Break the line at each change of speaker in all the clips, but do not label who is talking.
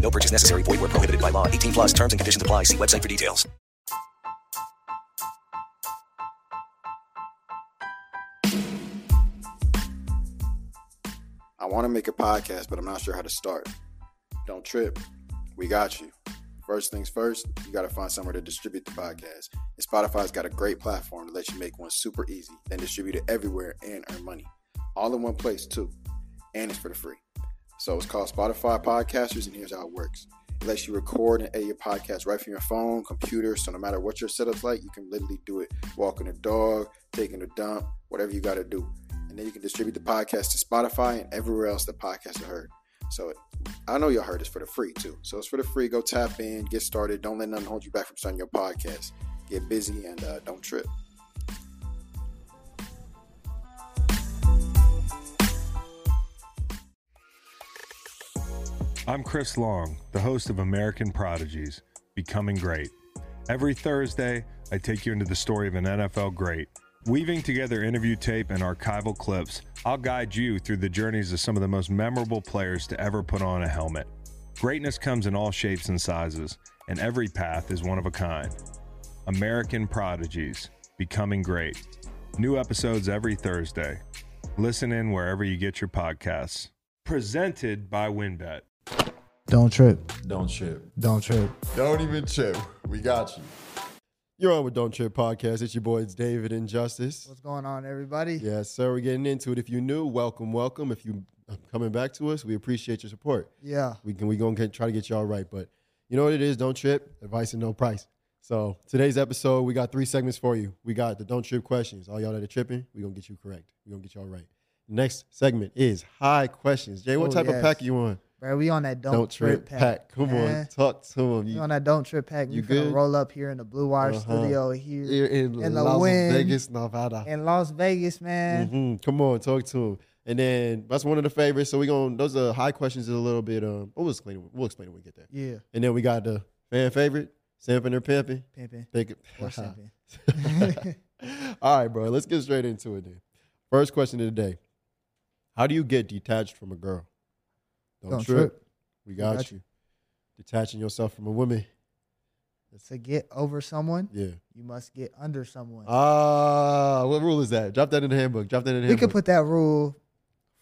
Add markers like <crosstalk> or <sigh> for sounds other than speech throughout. No purchase necessary. Void where prohibited by law. 18 plus terms and conditions apply. See website for details.
I want to make a podcast, but I'm not sure how to start. Don't trip. We got you. First things first, you got to find somewhere to distribute the podcast. And Spotify's got a great platform to let you make one super easy, then distribute it everywhere and earn money. All in one place, too. And it's for the free. So it's called Spotify Podcasters, and here's how it works it lets you record and edit your podcast right from your phone, computer. So no matter what your setup's like, you can literally do it walking a dog, taking a dump, whatever you got to do. And then you can distribute the podcast to Spotify and everywhere else the podcast is heard. So I know y'all heard it's for the free too. So it's for the free. Go tap in, get started. Don't let nothing hold you back from starting your podcast. Get busy and uh, don't trip.
I'm Chris Long, the host of American Prodigies Becoming Great. Every Thursday, I take you into the story of an NFL great. Weaving together interview tape and archival clips, I'll guide you through the journeys of some of the most memorable players to ever put on a helmet. Greatness comes in all shapes and sizes, and every path is one of a kind. American Prodigies Becoming Great. New episodes every Thursday. Listen in wherever you get your podcasts. Presented by WinBet.
Don't trip.
Don't trip.
Don't trip.
Don't even trip. We got you.
You're on with Don't Trip Podcast. It's your boys David and Justice.
What's going on, everybody?
Yes, sir. We're getting into it. If you're new, welcome, welcome. If you are coming back to us, we appreciate your support.
Yeah.
We can we gonna get, try to get y'all right, but you know what it is. Don't trip. Advice and no price. So today's episode, we got three segments for you. We got the Don't Trip questions. All y'all that are tripping, we gonna get you correct. We gonna get y'all right. Next segment is high questions. Jay, what
Oh,
type
yes.
of pack you on?
Bro, we on that don't, trip, pack. Eh?
Come
man.
on, talk to him.
We on that don't trip pack.
You
You
good?
gonna roll up here in the Blue Wire
Uh-huh.
studio here
You're in,
in the
Las
wind.
Vegas, Nevada.
in Las Vegas, man.
hmm Come on, talk to him. And then that's one of the favorites. So we gonna those are high questions in a little bit. Um, we'll explain it. We'll explain it when we get there.
Yeah,
And then we got the fan favorite, simping or pimping.
pimping
Pick it.
or
<laughs>
simping.
All right, bro. Let's get straight into it. Then first question of the day: How do you get detached from a girl?
Don't trip.
We got,
got
you. Detaching yourself from a woman.
To get over someone,
Yeah.
you must get under someone.
Ah, what rule is that? Drop that in the handbook. Drop that in the
we
handbook.
could put that rule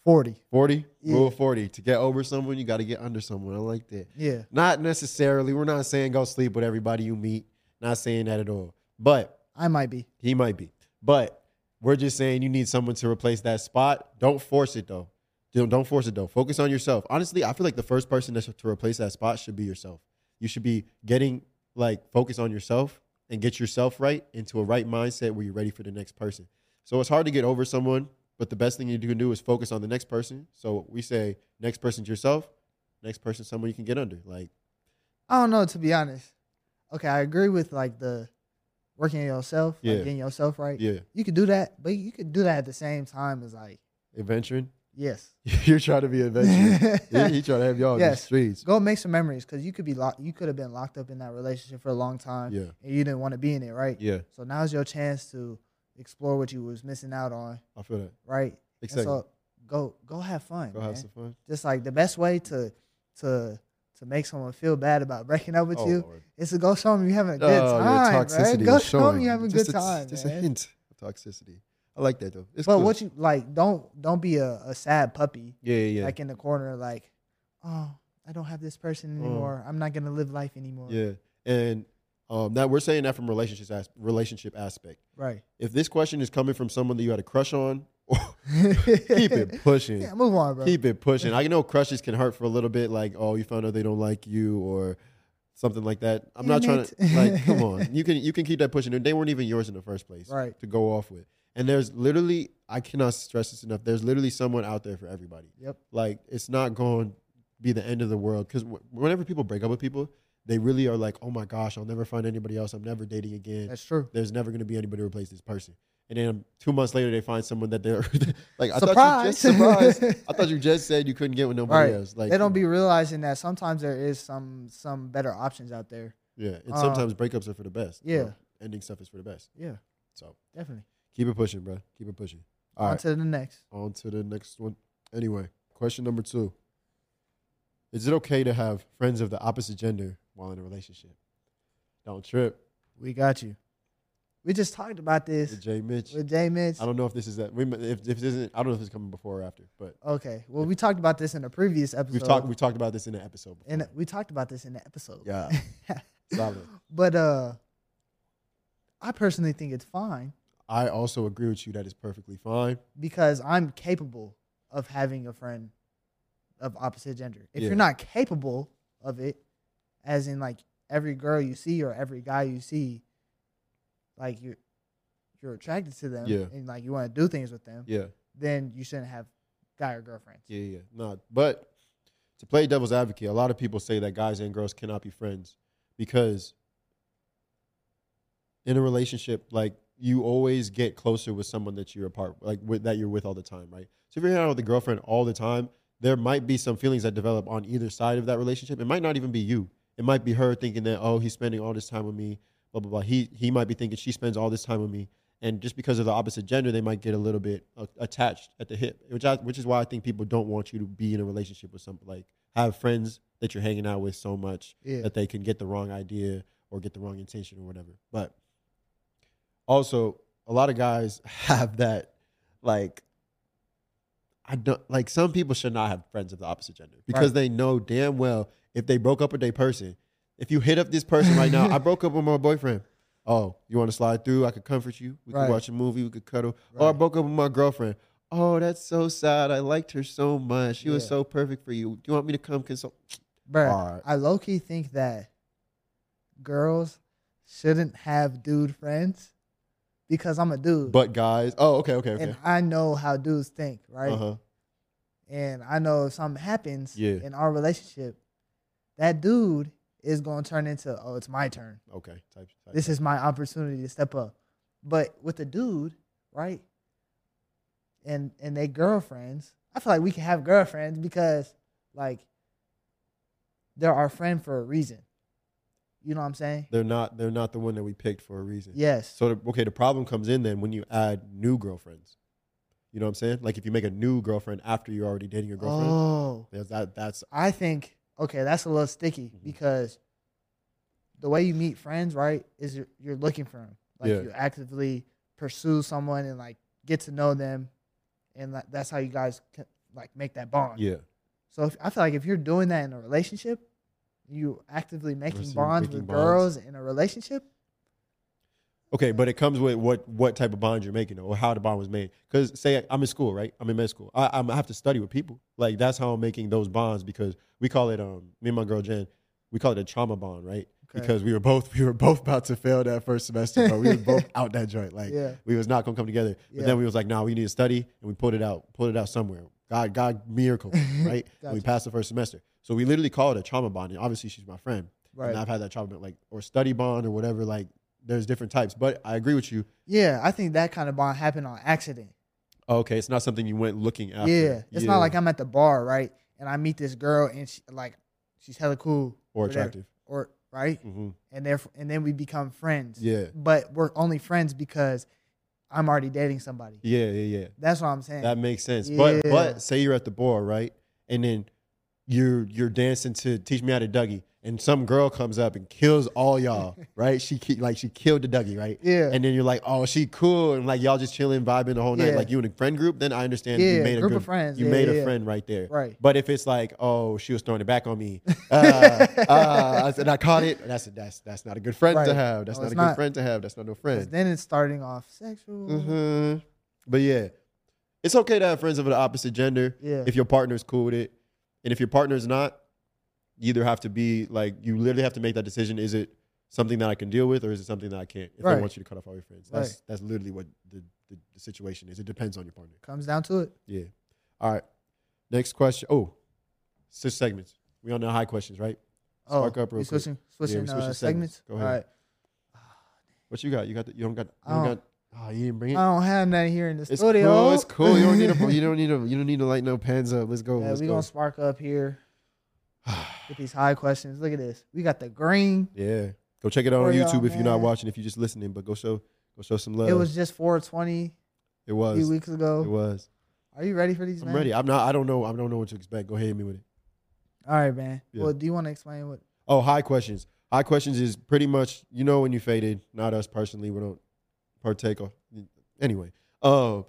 forty.
40
Yeah.
rule 40 to get over someone you got to get under someone i like that
Yeah,
not necessarily we're not saying go sleep with everybody you meet not saying that at all but
I might be.
he might be but we're just saying you need someone to replace that spot don't force it though don't, don't force it though focus on yourself honestly i feel like the first person that should- to replace that spot should be yourself you should be getting like focus on yourself and get yourself right into a right mindset where you're ready for the next person so it's hard to get over someone, but the best thing you can do is focus on the next person. So we say next person's yourself, next person someone you can get under. Like
I don't know to be honest. Okay, I agree with like the working on yourself,
Yeah.
like getting yourself right.
yeah,
You could do that, but you could do that at the same time as like
adventuring. <laughs>
yes,
You're trying to
<laughs>
be adventurous. he, he trying to have y'all in the
Yes.
streets.
go make some memories because you could be locked. You could have been locked up in that relationship for a long time,
Yeah.
and you didn't want to be in it, right?
Yeah,
So now's your chance to explore what you was missing out on,
I feel that.
right? And
Exactly.
so go go have fun.
Go have
man.
some fun.
Just like the best way to to to make someone feel bad about breaking up with
Oh,
you
Lord. Oh,
is to go show them you having a good
your
time, right?
is
Go show them
showing.
you having a
Just
good time,
Just a
man.
hint of toxicity. I like that though. It's
But
cool.
what you like, don't don't be a, a sad puppy
Yeah, yeah, yeah.
like in the corner, like, oh, I don't have this person
Mm.
anymore. I'm not gonna live life anymore.
Yeah, and Um, that we're saying that from relationships as, relationship aspect.
Right.
If this question is coming from someone that you had a crush on, <laughs>
<laughs>
keep it pushing.
Yeah, move on, bro.
Keep it pushing. I know crushes can hurt for a little bit, like oh, you found out they don't like you or something like that. I'm not
Damn
trying
it.
to
<laughs>
like come on. You can you can keep that pushing. They weren't even yours in the first place,
Right.
To go off with. And there's literally I cannot stress this enough. There's literally someone out there for everybody.
Yep.
Like it's not going to be the end of the world because whenever people break up with people, they really are like, oh my gosh, I'll never find anybody else. I'm never dating again
That's true.
there's never going to be anybody to replace this person. And then two months later, they find someone that they're <laughs> like, I thought you just
Surprise.
surprised.
<laughs>
I thought you just said you couldn't get with nobody
Right.
else. Like
they don't be realizing that sometimes there is some some better options out there.
Yeah, and
uh,
sometimes breakups are for the best.
yeah.
Or ending stuff is for the best.
Yeah,
So
definitely.
keep it pushing, bro. Keep it pushing. All
on
right,
to the next.
on to the next one. Anyway, question number two: Is it okay to have friends of the opposite gender while in a relationship? Don't trip,
We got you. We just talked about this
with Jay Mitch.
with Jay Mitch.
I don't know if this is that. we- If, if this isn't, I don't know if it's coming before or after, but
Okay. Well, we talked about this in the previous episode.
We've talked we talked about this in an episode. Before.
and we talked about this in the episode.
Yeah. Solid.
<laughs> but uh, I personally think it's fine
I also agree with you that it's perfectly fine.
because I'm capable of having a friend of opposite gender. If
Yeah.
you're not capable of it, as in like every girl you see or every guy you see, like you, are you're attracted to them
Yeah.
and like you want to do things with them,
Yeah.
then you shouldn't have guy or girlfriends.
Yeah, yeah. No, but to play devil's advocate, a lot of people say that guys and girls cannot be friends because in a relationship, like you always get closer with someone that you're apart, like with, that you're with all the time, right? So if you're hanging out with a girlfriend all the time, there might be some feelings that develop on either side of that relationship. It might not even be you. It might be her thinking that oh, he's spending all this time with me, blah blah blah. He he might be thinking she spends all this time with me, and just because of the opposite gender, they might get a little bit uh, attached at the hip, which I, which is why I think people don't want you to be in a relationship with some like have friends that you're hanging out with so much
Yeah.
that they can get the wrong idea or get the wrong intention or whatever. But also, a lot of guys <laughs> have that like I don't like some people should not have friends of the opposite gender because
Right.
they know damn well if they broke up with their person, if you hit up this person
<laughs>
right now, I broke up with my boyfriend. Oh, you want to slide through? I could comfort you. We
Right.
could watch a movie. We could cuddle. Oh, I
Right.
broke up with my girlfriend. Oh, that's so sad. I liked her so much. She was
Yeah.
so perfect for you. Do you want me to come console?
Bruh,
Alright.
I low key think that girls shouldn't have dude friends because I'm a dude.
But guys, oh, okay, okay, okay.
And I know how dudes think, right?
Uh huh.
And I know if something happens
Yeah.
in our relationship, that dude is going to turn into, oh, it's my turn.
Okay. Type, type.
This is my opportunity to step up. But with the dude, right? And and they girlfriends, I feel like we can have girlfriends because like they're our friend for a reason. You know what I'm saying?
they're not. They're not the one that we picked for a reason.
Yes.
So the, okay, the problem comes in then when you add new girlfriends. You know what I'm saying? Like if you make a new girlfriend after you're already dating your girlfriend,
Oh.
there's that that's
I think okay, that's a little sticky
Mm-hmm.
because the way you meet friends, right, is you're, you're looking for them. Like
Yeah.
you actively pursue someone and like get to know them, and like, that's how you guys can, like make that bond.
yeah.
So if, I feel like if you're doing that in a relationship, you actively making
Pursue-
bonds
making
with
bonds.
girls in a relationship.
Okay, but it comes with what what type of bond you're making or how the bond was made. Because say I'm in school, right? I'm in med school. I, I'm, I have to study with people. Like that's how I'm making those bonds because we call it um me and my girl Jen, we call it a trauma bond, right?
Okay.
Because we were both <laughs> we were both about to fail that first semester, but we
<laughs>
were both out that joint. Like
Yeah.
we was not gonna come together. But
Yeah.
then we was like, nah, we need to study, and we pulled it out, pulled it out somewhere. God, God,
<laughs>
miracle, right? And we
Gotcha.
passed the first semester, so we literally call it a trauma bond. And obviously, she's my friend,
Right.
and I've had that trauma bond, like or study bond or whatever. Like there's different types, but I agree with you.
Yeah, I think that kind of bond happened on accident.
Oh, Okay, it's not something you went looking after.
Yeah, it's
Yeah.
not like I'm at the bar, right? And I meet this girl, and she like she's hella cool
Or
whatever,
attractive.
or right,
Mhm.
and therefore, and then we become friends.
Yeah.
but we're only friends because I'm already dating somebody.
Yeah, yeah, yeah.
That's what I'm saying.
That makes sense.
Yeah.
But but say you're at the bar, right? And then you're you're dancing to teach me how to Dougie, and some girl comes up and kills all
<laughs>
y'all, right? She ki- like she killed the Dougie, right?
Yeah.
And then you're like, oh, she cool, and like y'all just chilling, vibing the whole night,
Yeah.
like you in a friend group. Then I understand
Yeah,
you made a
group
good-
of friends.
You
Yeah,
made
yeah,
a
yeah.
friend right there,
Right.
But if it's like, oh, she was throwing it back on
<laughs>
me, uh, uh, I said I caught it. That's that's that's not a good friend to
Right.
have. That's
No,
not
it's
a
not.
good friend to have. That's not no
'Cause
friend.
Then it's starting off sexual.
hmm But yeah, it's okay to have friends of the opposite gender
Yeah.
if your partner's cool with it, and if your partner's not, you either have to be like you literally have to make that decision: is it something that I can deal with, or is it something that I can't? If I
Right.
want you to cut off all your friends, that's
Right.
that's literally what the, the the situation is. It depends on your partner.
Comes down to it.
Yeah. All right. Next question. Oh, six segments. We on the high questions, right?
Oh,
Spark up real
we
quick.
switching,
Yeah, we
switching, uh, segments.
Go ahead.
All right.
What you got? You got? The, you don't got? You
I
don't
don't-
got? Oh, you didn't bring it.
I don't have nothing here in the
It's
studio.
cool. It's cool. You don't
<laughs>
need to. You don't need to. You don't need to light no pens up. Let's go.
yeah,
let's
we
go.
gonna spark up here.
<sighs>
Get these high questions. Look at this. We got the green.
yeah. Go check it out on
Where y'all,
YouTube if you're not
man?
watching. If you're just listening, but go show. Go show some love.
It was just 420
It
a
Uh, was.
few weeks
It
ago.
was.
Are you ready for these?
I'm
man?
ready. I'm not. I don't know. I don't know what to expect. Go ahead, hit me with it.
All right, man.
Yeah.
Well, do you want to explain what?
Oh, high questions. High questions is pretty much you know when you faded. Not us personally. We don't partake. Of, anyway, um,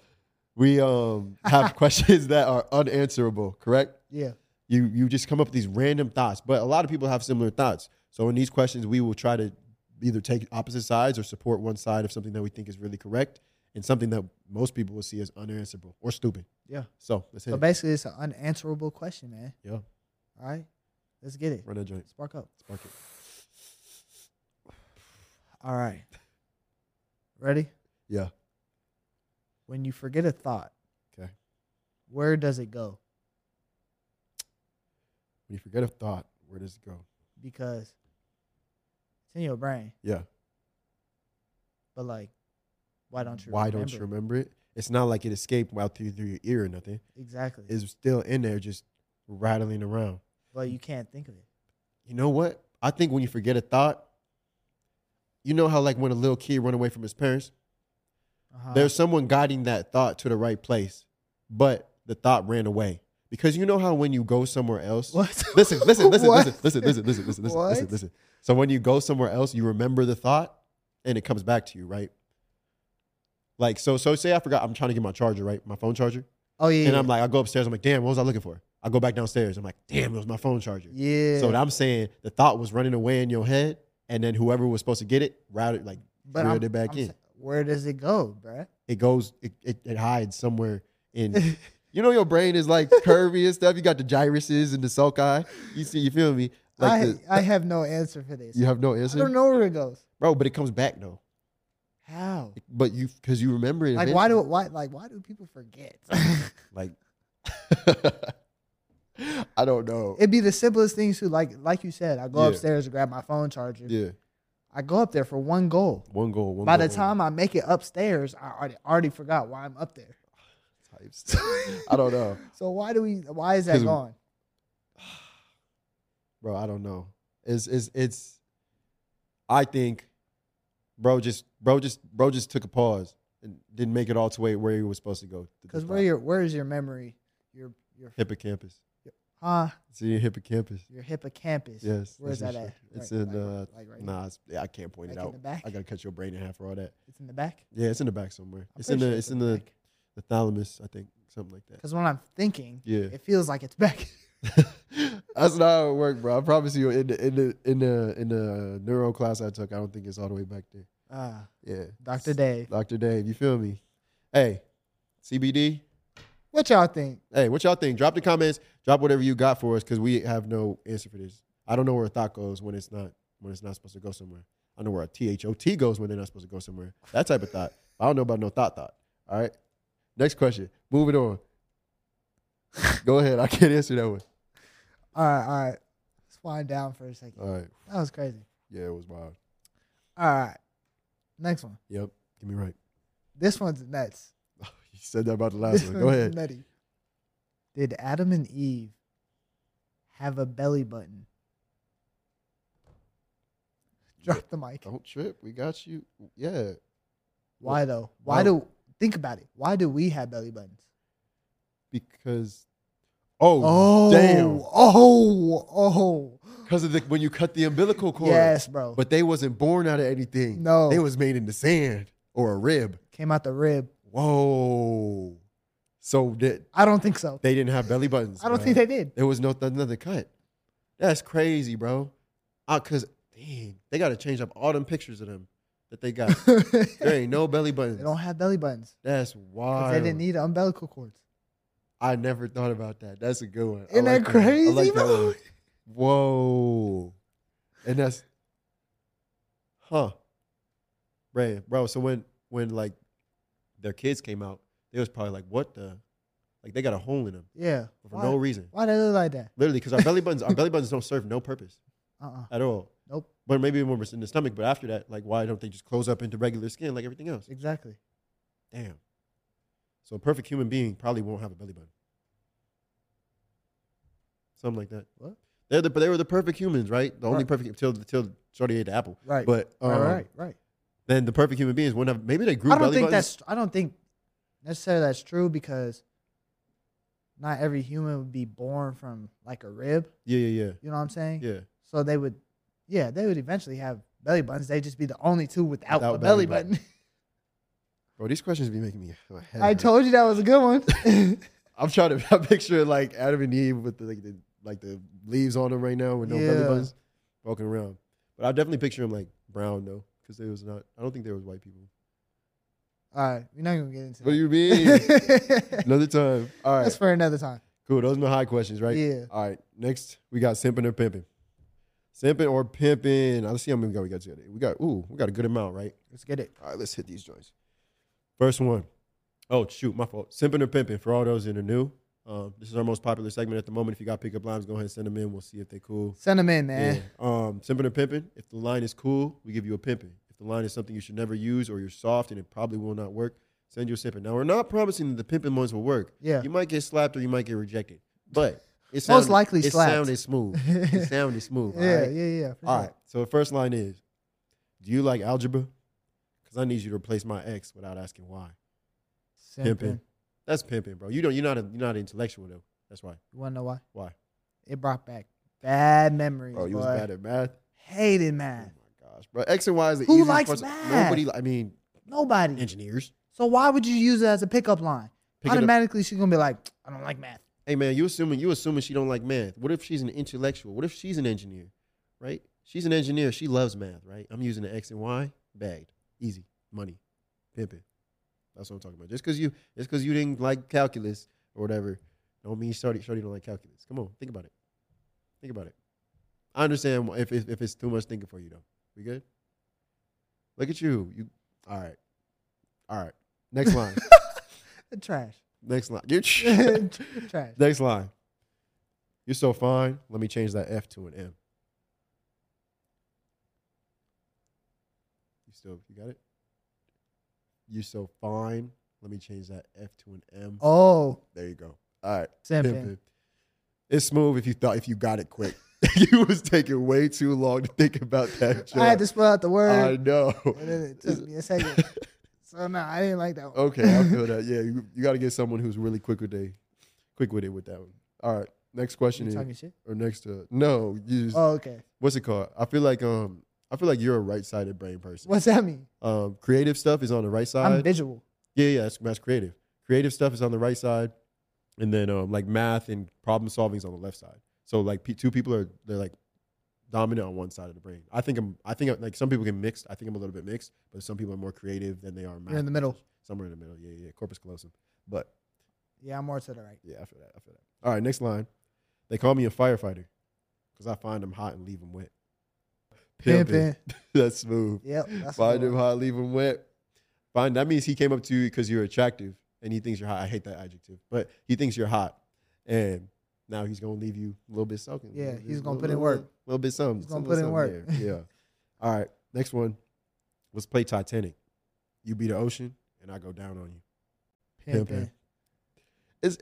we um
<laughs>
have questions that are unanswerable. Correct.
Yeah.
you you just come up with these random thoughts but a lot of people have similar thoughts so in these questions we will try to either take opposite sides or support one side of something that we think is really correct and something that most people will see as unanswerable or stupid
Yeah.
so let's hit
So
it.
basically, it's an unanswerable question, man.
yeah
All right. Let's get it.
run that joint
Spark up.
spark it
All right. Ready?
yeah
When you forget a thought,
okay
where does it go?
when you forget a thought where does it go
Because it's in your brain,
yeah
but like, why don't you?
why
remember?
don't you remember it it's not like it escaped out through, through your ear or nothing
Exactly.
it's still in there just rattling around
but you can't think of it.
you know what? I think when you forget a thought, you know how like when a little kid run away from his parents,
Uh-huh.
there's someone guiding that thought to the right place, but the thought ran away. Because you know how when you go somewhere else,
What?
<laughs> listen, listen, listen,
What? <laughs>
listen, listen, listen, listen, listen, listen, listen,
What?
listen. So when you go somewhere else, you remember the thought and it comes back to you, right? Like so, so say I forgot I'm trying to get my charger, right? My phone charger.
Oh yeah.
And
yeah.
I'm like, I go upstairs, I'm like, damn, what was I looking for? I go back downstairs. I'm like, damn, it was my phone charger.
yeah.
So what I'm saying, the thought was running away in your head, and then whoever was supposed to get it routed like
but I'm-
reeled it back
I'm
in.
sa- where does it go, bruh?
it goes, it, it, it hides somewhere
<laughs>
in. you know, your brain is like curvy and stuff. You got the gyruses and the sulci. You see, you feel me? Like
I
the-
I have no answer for this.
you have no
I
answer,
don't know where it goes.
bro. But it comes back though.
How?
But you, because you remember it.
Like why do why like why do people forget? <laughs>
eventually. like? <laughs> I don't know.
It'd be the simplest things too. Like like you said, I go
Yeah.
upstairs to grab my phone charger.
yeah,
I go up there for one goal.
one goal. One
By
goal,
the time I make it upstairs, I already, already forgot why I'm up there.
one goal. types. <laughs> I don't know.
So why do we? Why is
'Cause
that
we-
gone?
bro. I don't know. It's it's it's. I think, bro, just bro, just bro, just took a pause and didn't make it all to way where he was supposed to go.
Because where your where is your memory? Your your
hippocampus?
huh?
It's in your hippocampus.
Your hippocampus.
Yes.
Where's
that's
that
your
at?
shit. It's
Right,
in
like,
uh,
like right
nah. It's, yeah, I can't point it
Like in
out.
the back?
I gotta cut your brain in half for all that.
here. It's in the back.
Yeah, it's in the back somewhere. it's in the it's in the, the thalamus, I think, something like that.
Because when I'm thinking,
Yeah.
it feels like it's back.
<laughs>
<laughs>
That's not how it worked, bro. I promise you. In the in the in the in the neuro class I took, I don't think it's all the way back there.
Ah,
Yeah.
Dr. Dave.
Dr. Dave, you feel me? Hey, CBD.
What y'all think?
Hey, what y'all think? Drop the comments. Drop whatever you got for us because we have no answer for this. I don't know where a thought goes when it's not when it's not supposed to go somewhere. I know where a THOT goes when they're not supposed to go somewhere. That type of thought. I don't know about no thought thought. All right. Next question. Moving on. <laughs> go ahead. I can't answer that one.
All right, all right. Let's wind down for a second.
All right.
That was crazy.
Yeah, it was wild.
All right. Next one.
Yep. Give me right. <laughs>
This one's nuts.
You said that about the last
This
one. Go
one's <laughs>
ahead.
Nutty. Did Adam and Eve have a belly button? Drop the mic.
Don't trip. We got you. Yeah.
Why though? Why
Why-
do think about it? Why do we have belly buttons?
because Oh,
Oh,
damn.
Oh, oh.
Because of the, when you cut the umbilical cord.
Yes, bro.
But they wasn't born out of anything.
No.
They was made in the sand or a rib.
Came out the rib.
Whoa. So did,
I don't think so.
they didn't have belly buttons.
I don't
bruh.
think they did.
There was no another cut. That's crazy, bro. Ah, cause dang, they gotta change up all them pictures of them that
<laughs>
they got. there ain't no belly buttons.
They don't have belly buttons.
That's
'cause
wild.
They didn't need umbilical cords.
I never thought about that. That's a good one. I
Isn't that
one. I
crazy,
that
bro?
one. Whoa. And that's huh. Right, bro. So when when like their kids came out, they was probably like, what the like they got a hole in them
Yeah.
for
Why,
no reason.
why they look like that?
Literally, because our belly buttons, our belly buttons don't serve no purpose
Uh-uh.
at all.
Nope.
But maybe when we're in the stomach, but after that, like why don't they just close up into regular skin like everything else?
Exactly.
Damn. So a perfect human being probably won't have a belly button. Something like that.
What?
They're the, but they were the perfect humans, right? The only
Right.
perfect till till Shorty ate the apple.
Right.
But um,
All right, right, right.
then the perfect human beings wouldn't have. Maybe they grew.
I don't
belly
think
buttons.
that's. I don't think necessarily that's true because not every human would be born from like a rib.
Yeah, yeah,
You know what I'm saying?
yeah, yeah.
So they would, yeah, they would eventually have belly buttons. They'd just be the only two without,
Without
a belly,
belly
button.
Bro, these questions be making me. My <laughs> head
I
hurt.
told you that was a good one. <laughs>
<laughs> I'm trying to <laughs> I picture like Adam and Eve with the, like the like the leaves on them right now with no belly
Yeah.
buttons, walking around. But I definitely picture them like brown though, because they was not. I don't think there was white people.
All right, we're not gonna get into.
What do you mean?
that.
<laughs> another time. All
<laughs>
right,
That's for another time.
cool. Those are my high questions, right?
Yeah.
All right. Next, we got simping or pimping. Simping or pimping. Let's see how many we got. We got today. We got ooh, we got a good amount, right?
Let's get it.
All right, let's hit these joints. First one. Oh shoot, my fault. Simping or pimping for all those that are new. Um, this is our most popular segment at the moment. If you got pickup lines, go ahead and send them in. We'll see if they cool.
Send them in, man.
Yeah. Um, simping or pimping. If the line is cool, we give you a pimping. If the line is something you should never use or you're soft and it probably will not work, send you a simping. Now we're not promising that the pimping ones will work.
Yeah.
You might get slapped or you might get rejected, but it
Most
sounded-
likely
it
slapped. <laughs>
sounded smooth. it sounded smooth.
Yeah,
all right?
yeah, yeah. for
All
sure.
right. So the first line is, "Do you like algebra? Because I need you to replace my ex without asking why."
Send
Pimping.
in.
That's pimping, bro. You don't. You're not. A, you're not an intellectual though. That's why.
You wanna know why?
Why?
It brought back bad memories.
Bro, Oh, you
boy.
was bad at math.
Hated
Oh
math.
my gosh, bro. X and Y is the
Who
easiest
likes
parts-
math?
Nobody. li- I mean,
Nobody.
engineers.
So why would you use it as a pickup line?
Pick it up.
Automatically, she's gonna be like, I don't like math.
Hey man, you assuming you assuming she don't like math. What if she's an intellectual? What if she's an engineer? Right? She's an engineer. She loves math. Right? I'm using the X and Y. Bagged. Easy. Money. Pimping. That's what I'm talking about. Just because you just because you didn't like calculus or whatever, don't mean Shorty Shorty don't like calculus. Come on, think about it. Think about it. I understand wh- if if, if it's too much thinking for you though. We good? Look at you. You all right? All right. Next line.
Trash.
Next line.
<laughs>
You're
Trash.
Next line. You're so fine. Let me change that F to an M. You still, you got it? You're so fine. Let me change that F to an M.
Oh,
There you go. All right.
Simping.
Pimpin'. It's smooth if you thought, if you got it quick. <laughs> you was taking way too long to think about that joke.
I had to spell out the
I
word.
know.
and then it took me a
<laughs>
second. so no, I didn't like that one.
Okay, I feel that. Yeah, you, you got to get someone who's really quick with they, quick with it with that one. All right, next question
You
is
talking shit?
or next to no. You just,
Oh, okay.
what's it called? I feel like um I feel like you're a right sided brain person.
What's that mean?
Um, creative stuff is on the right
I'm
side.
visual.
yeah, yeah, that's, that's creative. Creative stuff is on the right side, and then um like math and problem solving is on the left side. So like pe two people are they're like dominant on one side of the brain. I think I'm I think I'm, like some people get mixed. I think I'm a little bit mixed, but some people are more creative than they are. Math
You're in the middle.
somewhere in the middle. Yeah, yeah, corpus callosum. But
Yeah, I'm more to the right.
yeah, I feel that. I feel that. All right, next line. They call me a firefighter because I find them hot and leave them wet. Pimpin'. <laughs>
Pimping.
That's smooth.
Yep. That's the
find them
one.
hot, leave them wet. Find that means he came up to you because you're attractive and he thinks you're hot. I hate that adjective, but he thinks you're hot, and now he's gonna leave you a little bit soaking.
Yeah,
Just
he's
a
gonna
little-
put in
little-
work.
A little bit something.
He's gonna
some-
put in
something
work.
there. Yeah. All right, next one. Let's play Titanic. You be the ocean, and I go down on you.
Pimping.
<sighs> It's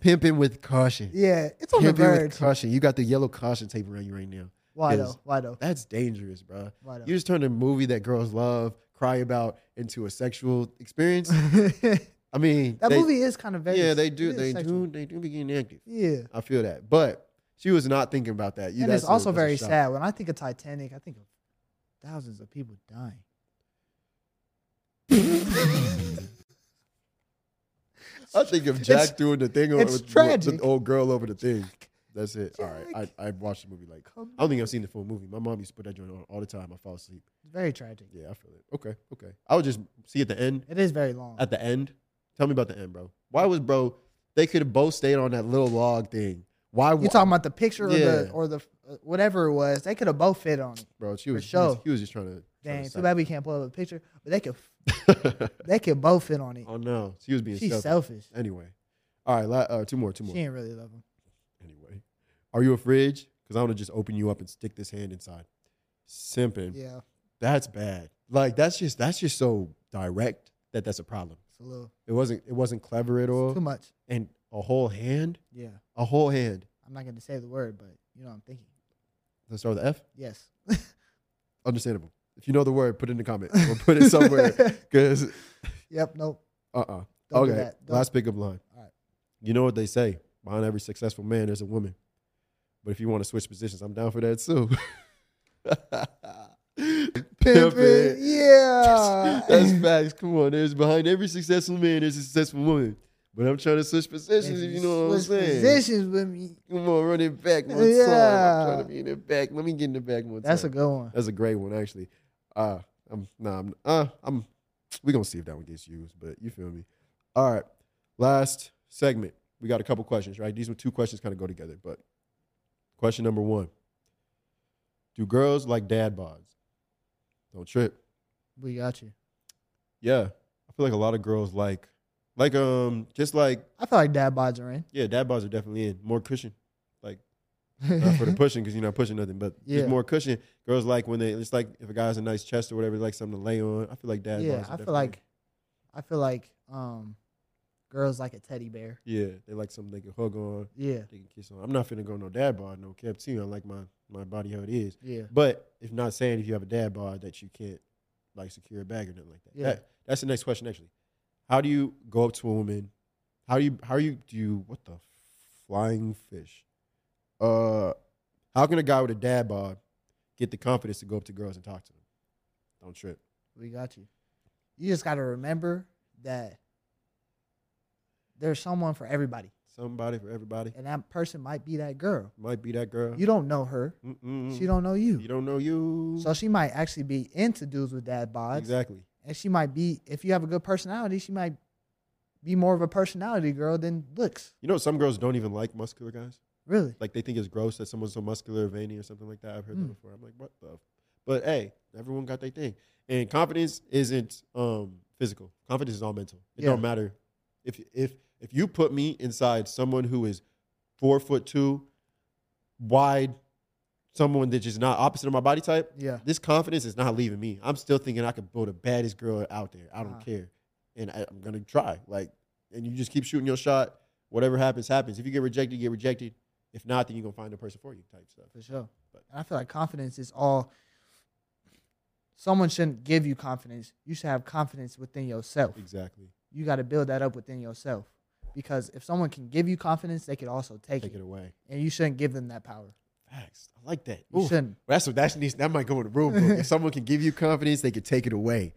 pimping with caution.
Yeah, it's on the
Pimping
verge.
with caution. You got the yellow caution tape around you right now.
Why
is-
though? Why though?
That's dangerous, bro.
Why though? <laughs>
You just turned a movie that girls love, cry about, into a sexual experience. I mean,
That
they-
movie is kind of vague.
Yeah, they do.
It is
They
sexual.
do. They do be getting active.
Yeah.
I feel that, but she was not thinking about that. You,
and
that's
it's
a-
also
that's a
very
shock.
sad. When I think of Titanic, I think of thousands of people dying.
I think of Jack
It's-
doing the thing over
it's
with, with
tragic.
the old girl over the thing. That's it. All right,
Jack.
I I watched the movie like
Come
I don't think I've seen the full movie. My mom used to put that joint on all the time. I fall asleep.
It's very tragic.
Yeah, I feel it. Okay, okay. I would just see at the end.
It is very long.
At the end, tell me about the end, bro. Why was bro? They could have both stayed on that little log thing. Why?
You talking about the picture or
Yeah.
the or the uh, whatever it was? They could have both fit on it.
bro? She
for
was, she was-
sure.
he was just trying to.
Dang,
trying
too bad we can't pull up a picture, but they could
<laughs> bad.
they could both fit on it.
oh no, she was being
She's
selfish.
selfish.
Anyway, all right, la- uh, two more, two
She
more.
didn't really love him.
Anyway, are you a fridge? Because I want to just open you up and stick this hand inside. Simping.
Yeah,
That's bad. Like that's just that's just so direct that that's a problem.
it's a little
It wasn't it wasn't clever at
it's too
all.
much.
And a whole hand,
Yeah,
a whole hand.
I'm not going to say the word, but you know what I'm thinking.
Let's start with F.
Yes, <laughs>
Understandable. If you know the word, put it in the comment or put it
<laughs>
somewhere. Because
yep,
<laughs>
nope.
uh uh
Don't do
Okay.
that. Don't-
Last pickup line.
All right.
You know what they say? Behind every successful man, there's a woman. But if you want to switch positions, I'm down for that too. <laughs> Pimp
Pimpin',
it.
<laughs> yeah.
<laughs> That's facts. Come on, there's behind every successful man, there's a successful woman. But I'm trying to switch positions, if you know what I'm
Switch
saying.
Positions with me.
Come on, run it back one time.
Yeah.
I'm trying to be in the back. Let me get in the back one
That's a
time.
good one.
That's a great one, actually. Uh, I'm nah, I'm uh, I'm. We gonna see if that one gets used, but you feel me. All right, last segment. We got a couple questions, right? These two questions kind of go together, but question number one: Do girls like dad bods? Don't trip.
We got you.
Yeah, I feel like a lot of girls like, like um, just like
I feel like dad bods are in.
yeah, dad bods are definitely in more cushion, like not
<laughs>
for the pushing because you're not pushing nothing, but
Yeah.
just more cushion. Girls like when they it's like if a guy has a nice chest or whatever, they like something to lay on. I feel like dad.
yeah,
bods are
I feel
definitely-
like, I feel like um, girls like a teddy bear.
yeah, they like something they can hug on,
Yeah,
they can kiss on. I'm not finna go no dad bod, no cap too. I like my my body how it is.
yeah.
But if not saying if you have a dad bod that you can't like secure a bag or nothing like that.
Yeah.
That- that's the next question actually. How do you go up to a woman? How do you how you do you what the flying fish? Uh how can a guy with a dad bod get the confidence to go up to girls and talk to them? Don't trip.
We got you. You just got to remember that there's someone for everybody,
Somebody for everybody.
and that person might be that girl.
Might be that girl.
You don't know her;
Mm-mm.
she don't know you.
You don't know you.
So she might actually be into dudes with dad bods,
exactly.
and she might be. If you have a good personality, she might be more of a personality girl than looks.
You know some girls don't even like muscular guys.
Really,
like they think it's gross that someone's so muscular or veiny or something like that. I've heard that
Mm.
before. I'm like, what the? f-" But hey, everyone got their thing. And confidence isn't um, physical. Confidence is all mental. It
Yeah.
don't matter if if if you put me inside someone who is four foot two, wide, someone that's just not opposite of my body type.
yeah.
This confidence is not leaving me. I'm still thinking I could build the baddest girl out there. I don't
Uh-huh.
care, and I, I'm gonna try. Like, and you just keep shooting your shot. Whatever happens, happens. If you get rejected, you get rejected. If not, then you're gonna find a person for you. Type stuff.
For sure.
But-
And I feel like confidence is all. Someone shouldn't give you confidence. You should have confidence within yourself.
Exactly.
You got to build that up within yourself, because if someone can give you confidence, they could also take,
Take
it,
it away.
and you shouldn't give them that power.
Facts. I like that.
You
Ooh,
shouldn't.
That's what that needs. That might go in the
<laughs>
rule book. if someone can give you confidence, they can take it away.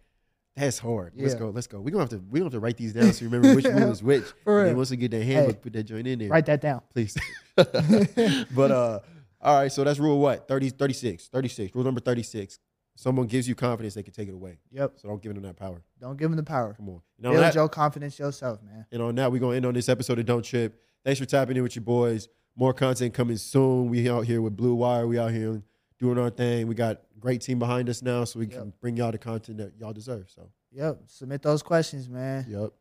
That's hard. Let's
Yeah.
go. Let's go. We gonna have to. We gonna have to write these down so you
<laughs>
remember which rule is which.
For
and then
real.
once we get that handbook,
Hey.
put that joint in there.
Write that down.
please. <laughs> but uh, all right, so that's rule what? 30, 36, 36. Rule number 36. Someone gives you confidence, they can take it away.
Yep.
So don't give them that power.
Don't give them the power.
Come on. And on,
Build
that,
your confidence yourself, man.
and on that, we're going to end on this episode of Don't Trip. Thanks for tapping in with your boys. More content coming soon. We out here with Blue Wire. We out here doing our thing. We got a great team behind us now, so we can
Yep.
bring y'all the content that y'all deserve. So,
Yep. Submit those questions, man.
yep.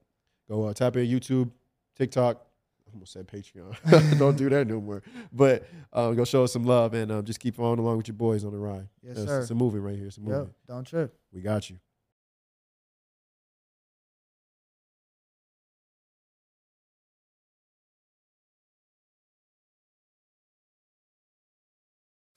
Go uh, tap in YouTube, TikTok, almost said Patreon. <laughs> Don't do that no more. But um, go show us some love and um, just keep on along with your boys on the ride.
Yes,
That's-
sir.
It's a movie right here. It's a movie.
Yep. Don't trip.
We got you.